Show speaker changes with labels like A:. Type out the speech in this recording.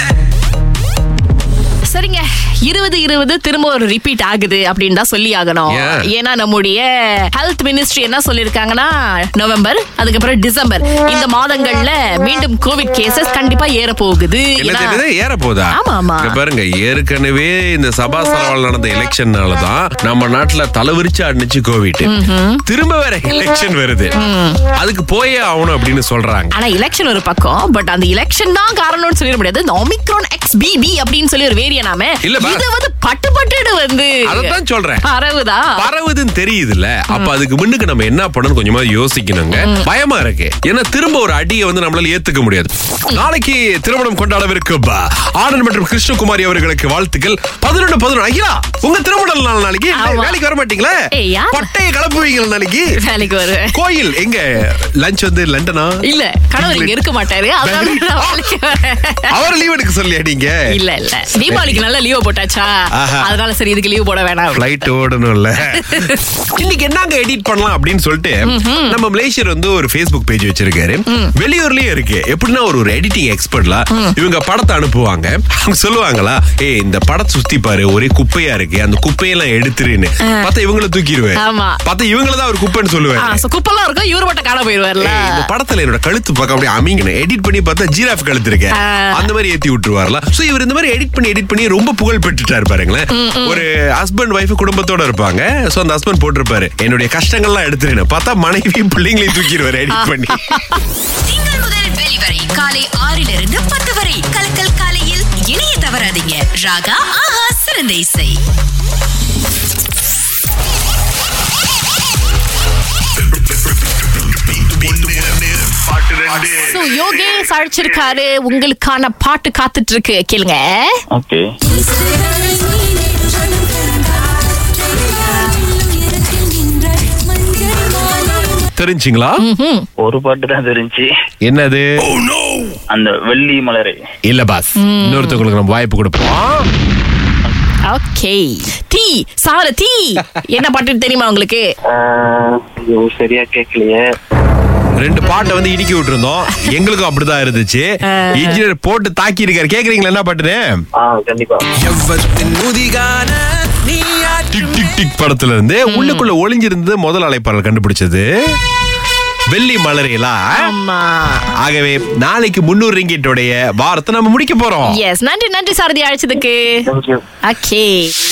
A: சரிங்க இருபது இருபது திரும்ப ஒரு ரிப்பீட் ஆகுது அப்படின்னு தான் சொல்லி ஆகணும்
B: Yeah.
A: ஏன்னா நம்முடைய ஹெல்த் மினிஸ்ட்ரி என்ன சொல்லியிருக்காங்கன்னா நவம்பர் அதுக்கப்புறம் டிசம்பர் இந்த மாதங்கள்ல மீண்டும் கோவிட் கேசஸ் கண்டிப்பா ஏற போகுது
B: என்னது
A: ஏன்னா-
B: என்னது ஏற போதா
A: ஆமா, ஆமா.
B: இங்க பாருங்க ஏற்கனவே இந்த சபாசரவால் நடந்த எலெக்ஷன்னால தான் நம்ம நாட்டுல தலைவிரிச்சு அடிச்சு கோவிட் திரும்ப வேற எலெக்ஷன் வருது அதுக்கு போயே ஆகணும் அப்படின்னு சொல்றாங்க
A: ஆனா எலெக்ஷன் ஒரு பக்கம் பட் அந்த எலெக்ஷன் தான் காரணம்னு சொல்லிட முடியாது இந்த ஒமிக்ரான் எக்ஸ் பிபி அப்படின்னு சொல்லி ஒரு வேரியனாமே
B: இல்ல, பா-
A: இது வந்து பட்டு பட்டுடு வந்து
B: அதத்தான் சொல்றேன்
A: பரவுதா
B: பரவுதுன்னு தெரியுதுல்ல அப்ப அதுக்கு முன்னுக்கு நம்ம என்ன பண்ணணும் கொஞ்சமா யோசிக்கணுங்க பயமா இருக்கு ஏன்னா திரும்ப ஒரு அடியை வந்து நம்மளால ஏத்துக்க முடியாது நாளைக்கு திருமணம் கொண்டாடவிருக்கு ப. ஆனந்த் மற்றும் கிருஷ்ணகுமாரி அவர்களுக்கு வாழ்த்துக்கள் பதினொன்று பதினொன்று ஐயா உங்க திருமண நாள் நாளைக்கு
A: ஆமா.
B: வேலைக்கு வர மாட்டீங்களே
A: ஏய், யார்?
B: பட்டையை கிளப்புவீங்க நாளைக்கு
A: வேலைக்கு வருவேன்
B: கோயில் எங்க லஞ்ச் வந்து லண்டனா
A: இல்ல கணவர் இங்க இருக்க மாட்டாரு அதனால நான் வேலைக்கு வரேன்
B: அவர் லீவ் எடுக்க சொல்லியா நீங்க
A: இல்ல இல்ல தீபாவளிக்கு நல்லா லீவ் போட்டாச்சா
B: ஆஹா.
A: அதனால சரி இதுக்கு லீவ் போட வேணாம்
B: ஃப்ளைட் ஓடணும்ல இன்னைக்கு என்னங்க எடிட் பண்ணலாம் அப்படின்னு சொல்லிட்டு நம்ம மலேசியர் வந்து ஒரு Facebook பேஜ் வச்சிருக்காரு வெளியூர்லயும் இருக்கு எப்படின்னா ஒரு ஒரு எடிட்டிங் எக்ஸ்பர்ட்ல இவங்க படத்தை அனுப்புவாங்க அவங்க சொல்லுவாங்களா ஏய் இந்த படத்தை சுத்தி பாரு ஒரே குப்பையா இருக்கு அந்த குப்பையெல்லாம் எடுத்துருன்னு பார்த்தா இவங்கள தூக்கிடுவேன்
A: ஆமா.
B: பார்த்தா இவங்கள தான் ஒரு குப்பைன்னு
A: ஆ,
B: சொல்லுவேன்
A: so குப்பெல்லாம் இருக்கும் இவரு மட்டும் காண போயிருவார்ல
B: ஏய், இந்த படத்துல என்னோட கழுத்து பக்கம் அப்படியே அமிங்கணும் எடிட் பண்ணி பார்த்தா ஜீராஃப் கழுத்து இருக்கு
A: ஆ.
B: அந்த மாதிரி ஏத்தி விட்டுருவார்ல சோ இவர் இந்த மாதிரி எடிட் பண்ணி எடிட் பண்ணி ரொம்ப புகழ் பெற்றுட்டாரு பாருங்களேன் ஒரு ஹஸ்பண்ட் ஒய்ஃப் குடும்பத்தோட இருப்பாங்க சோ அந்த ஹஸ்பண்ட் போட்டிருப்பாரு என்னுடைய கஷ்டங்கள்லாம் எடுத்துருன்னு பார்த்தா மனைவியும் பிள்ளைங்களையும் தூக்கிடுவாரு எடிட் பண்ணி
C: திங்கள் முதல் வெளிவரை காலை ஆறிலிருந்து பத்து வரை கலக்கல் காலையில் இணைய தவறாதீங்க ராகா ஆஹா சிறந்த இசை
A: சோ யோகேஷ் அழைச்சிருக்காரு உங்களுக்கான பாட்டு காத்துட்டு இருக்கு கேளுங்க
D: ஓகே
B: தெரிஞ்சுங்களா
D: ஒரு பாட்டு தான் தெரிஞ்சு
B: என்னது
D: அந்த வெள்ளி மலரை
B: இல்ல பாஸ் இன்னொருத்தவங்களுக்கு நம்ம வாய்ப்பு கொடுப்போம்
A: ஓகே டீ சார டீ என்ன பாட்டு தெரியுமா உங்களுக்கு
D: ஐயோ சரியா கேட்கலையே
B: ரெண்டு பாட்டை வந்து இடிக்கி விட்டுருந்தோம் எங்களுக்கும் அப்படிதான் இருந்துச்சு இன்ஜினியர் போட்டு தாக்கி இருக்காரு கேக்குறீங்களா என்ன பாட்டுன்னு
D: ஆ கண்டிப்பா
B: டிக் டிக் டிக் படத்துல இருந்து உள்ளுக்குள்ள ஒளிஞ்சிருந்தது முதல் அழைப்பாளர் கண்டுபிடிச்சது வெள்ளி மலரேலா
A: ஆமா
B: ஆகவே நாளைக்கு முன்னூறு ரிங்கிட்டோடைய வாரத்தை நம்ம முடிக்க போறோம்
A: எஸ் நன்றி நன்றி சாரதி அழைச்சதுக்கு
D: தேங்க்யூ
A: ஓகே